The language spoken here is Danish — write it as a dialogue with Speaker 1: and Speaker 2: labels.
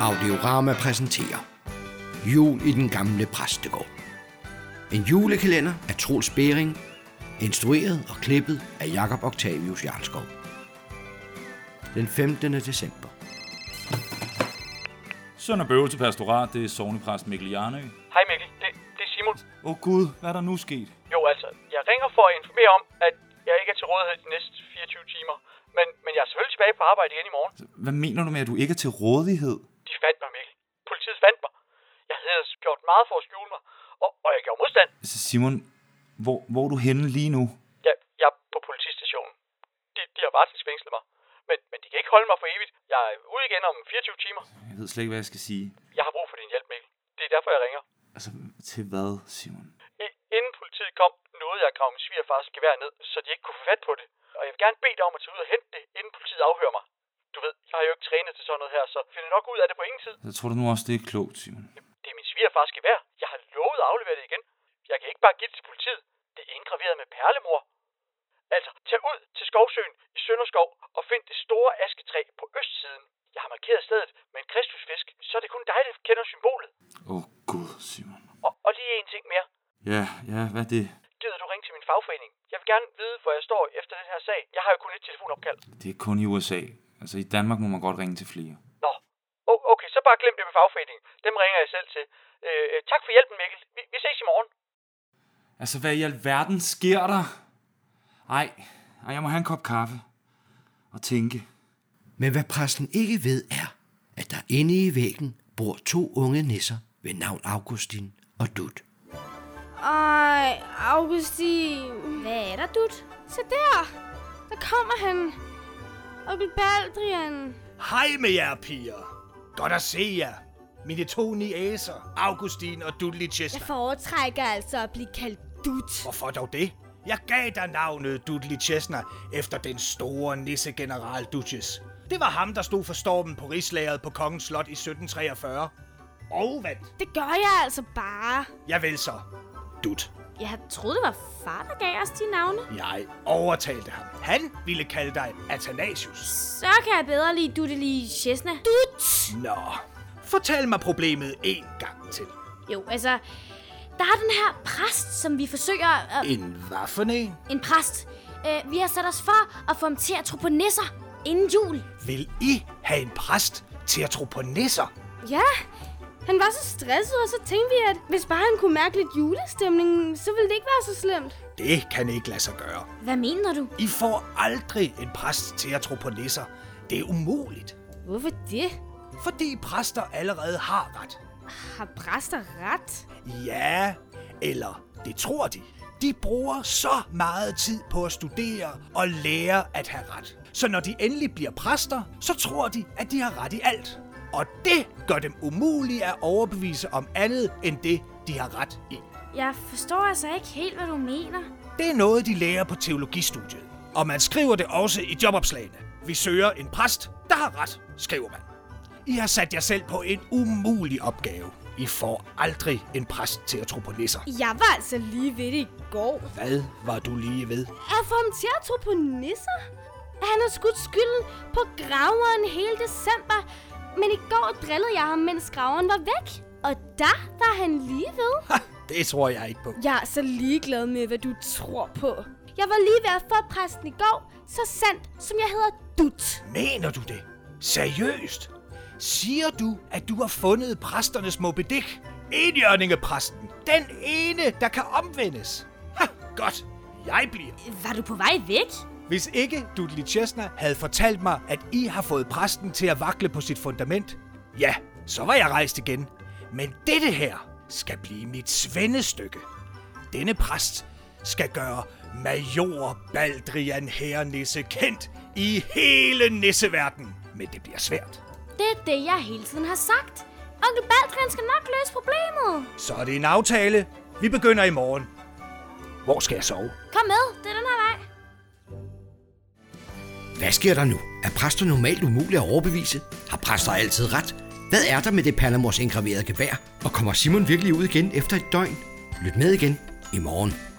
Speaker 1: Audiorama præsenterer Jul i den gamle præstegård. En julekalender af Troels Bering, instrueret og klippet af Jakob Octavius Jarlskov. Den 15. december.
Speaker 2: Sønder Bøvl til pastorat, det er sovnepræst Mikkel Jarnø.
Speaker 3: Hej Mikkel, det, det er Simon.
Speaker 2: Åh oh gud, hvad er der nu sket?
Speaker 3: Jo, altså, jeg ringer for at informere om, at jeg ikke er til rådighed de næste 24 timer. Men, men jeg er selvfølgelig tilbage på arbejde igen i morgen.
Speaker 2: Hvad mener du med, at du ikke er til rådighed?
Speaker 3: De fandt mig, Mikkel. Politiet fandt mig. Jeg havde ellers gjort meget for at skjule mig, og, og jeg gjorde modstand.
Speaker 2: Altså, Simon, hvor, hvor er du henne lige nu?
Speaker 3: Jeg, jeg er på politistationen. De, de har varetægtsfængslet mig. Men, men de kan ikke holde mig for evigt. Jeg er ude igen om 24 timer.
Speaker 2: Jeg ved slet ikke, hvad jeg skal sige.
Speaker 3: Jeg har brug for din hjælp, Mikkel. Det er derfor, jeg ringer.
Speaker 2: Altså, til hvad, Simon?
Speaker 3: I- Inden politiet kom, nåede jeg at grave min svigerfars gevær ned, så de ikke kunne få fat på det. Og jeg vil gerne bede dig om at tage ud og hente det, inden politiet afhører mig. Du ved, jeg har jo ikke trænet til sådan noget her, så finder nok ud af det på ingen tid.
Speaker 2: Jeg Altså, tror du nu også, det er klogt, Simon.
Speaker 3: Det er min svigerfars gevær. Jeg har lovet at aflevere det igen. Jeg kan ikke bare give det til politiet. Det er indgraveret med perlemor. Altså, tag ud til Skovsøen i Sønderskov og find det store asketræ på østsiden. Jeg har markeret stedet med en kristusfisk, så er det kun dig, der kender symbolet.
Speaker 2: Åh oh gud, Simon.
Speaker 3: Og, og lige en ting mere.
Speaker 2: Ja, ja, hvad er det?
Speaker 3: Gider du ringe til min fagforening? Jeg vil gerne vide, hvor jeg står efter den her sag. Jeg har jo kun et telefonopkald.
Speaker 2: Det er kun i USA. Altså, i Danmark må man godt ringe til flere.
Speaker 3: Nå. O- okay, så bare glem det med fagforeningen. Dem ringer jeg selv til. Øh, øh, tak for hjælpen, Mikkel. Vi, vi ses i morgen.
Speaker 2: Altså, hvad i alverden sker der? Ej, ej, jeg må have en kop kaffe. Og tænke.
Speaker 1: Men hvad præsten ikke ved er, at der inde i væggen bor to unge nisser ved navn Augustin og Dut.
Speaker 4: Ej, Augustin.
Speaker 5: Hvad er der, Dut?
Speaker 4: Se der. Der kommer han. Onkel Baldrian.
Speaker 6: Hej med jer, piger. Godt at se jer. Mine to niæser, Augustin og Dudley
Speaker 5: Jeg
Speaker 6: Chester.
Speaker 5: foretrækker altså at blive kaldt Dut.
Speaker 6: Hvorfor dog det? Jeg gav dig navnet Dudley Chesner efter den store nissegeneral Duchess. Det var ham, der stod for stormen på rigslageret på Kongens Slot i 1743. Og vandt.
Speaker 4: Det gør jeg altså bare.
Speaker 6: Jeg vil så. Dut.
Speaker 4: Jeg troede, det var far, der gav os de navne.
Speaker 6: Jeg overtalte ham. Han ville kalde dig Athanasius.
Speaker 4: Så kan jeg bedre lide Dudelige Chesna.
Speaker 6: Nå, fortæl mig problemet en gang til.
Speaker 4: Jo, altså... Der er den her præst, som vi forsøger at...
Speaker 6: En hvad for en?
Speaker 4: En præst. Øh, vi har sat os for at få ham til at tro på nisser inden jul.
Speaker 6: Vil I have en præst til at tro på nisser?
Speaker 4: Ja, han var så stresset, og så tænkte vi, at hvis bare han kunne mærke lidt julestemning, så ville det ikke være så slemt.
Speaker 6: Det kan ikke lade sig gøre.
Speaker 4: Hvad mener du?
Speaker 6: I får aldrig en præst til at tro på nisser. Det er umuligt,
Speaker 4: Hvorfor det?
Speaker 6: fordi præster allerede har ret.
Speaker 4: Har præster ret?
Speaker 6: Ja, eller det tror de. De bruger så meget tid på at studere og lære at have ret. Så når de endelig bliver præster, så tror de, at de har ret i alt. Og det gør dem umulige at overbevise om andet end det, de har ret i.
Speaker 4: Jeg forstår altså ikke helt, hvad du mener.
Speaker 6: Det er noget, de lærer på teologistudiet. Og man skriver det også i jobopslagene. Vi søger en præst, der har ret, skriver man. I har sat jer selv på en umulig opgave. I får aldrig en præst til at tro på nisser.
Speaker 4: Jeg var altså lige ved det i går.
Speaker 6: Hvad var du lige ved?
Speaker 4: At få ham til at tro på nisser? At han har skudt skylden på graveren hele december. Men i går drillede jeg ham, mens graveren var væk. Og der var han lige ved.
Speaker 6: Ha, det tror jeg ikke på.
Speaker 4: Jeg er så ligeglad med, hvad du tror på. Jeg var lige ved at få præsten i går, så sandt som jeg hedder Dut.
Speaker 6: Mener du det? Seriøst? Siger du, at du har fundet præsternes Moby Dick? Enhjørningepræsten. Den ene, der kan omvendes. Ha, godt. Jeg bliver.
Speaker 4: Var du på vej væk?
Speaker 6: Hvis ikke Dudley Chesner havde fortalt mig, at I har fået præsten til at vakle på sit fundament, ja, så var jeg rejst igen. Men dette her skal blive mit svendestykke. Denne præst skal gøre Major Baldrian Herrenisse kendt i hele nisseverdenen. Men det bliver svært.
Speaker 4: Det er det, jeg hele tiden har sagt. Onkel Baldrian skal nok løse problemet.
Speaker 6: Så er det en aftale. Vi begynder i morgen. Hvor skal jeg sove?
Speaker 4: Kom med, det er den her vej.
Speaker 1: Hvad sker der nu? Er præster normalt umulige at overbevise? Har præster altid ret? Hvad er der med det Panamors indgraverede gevær? Og kommer Simon virkelig ud igen efter et døgn? Lyt med igen i morgen.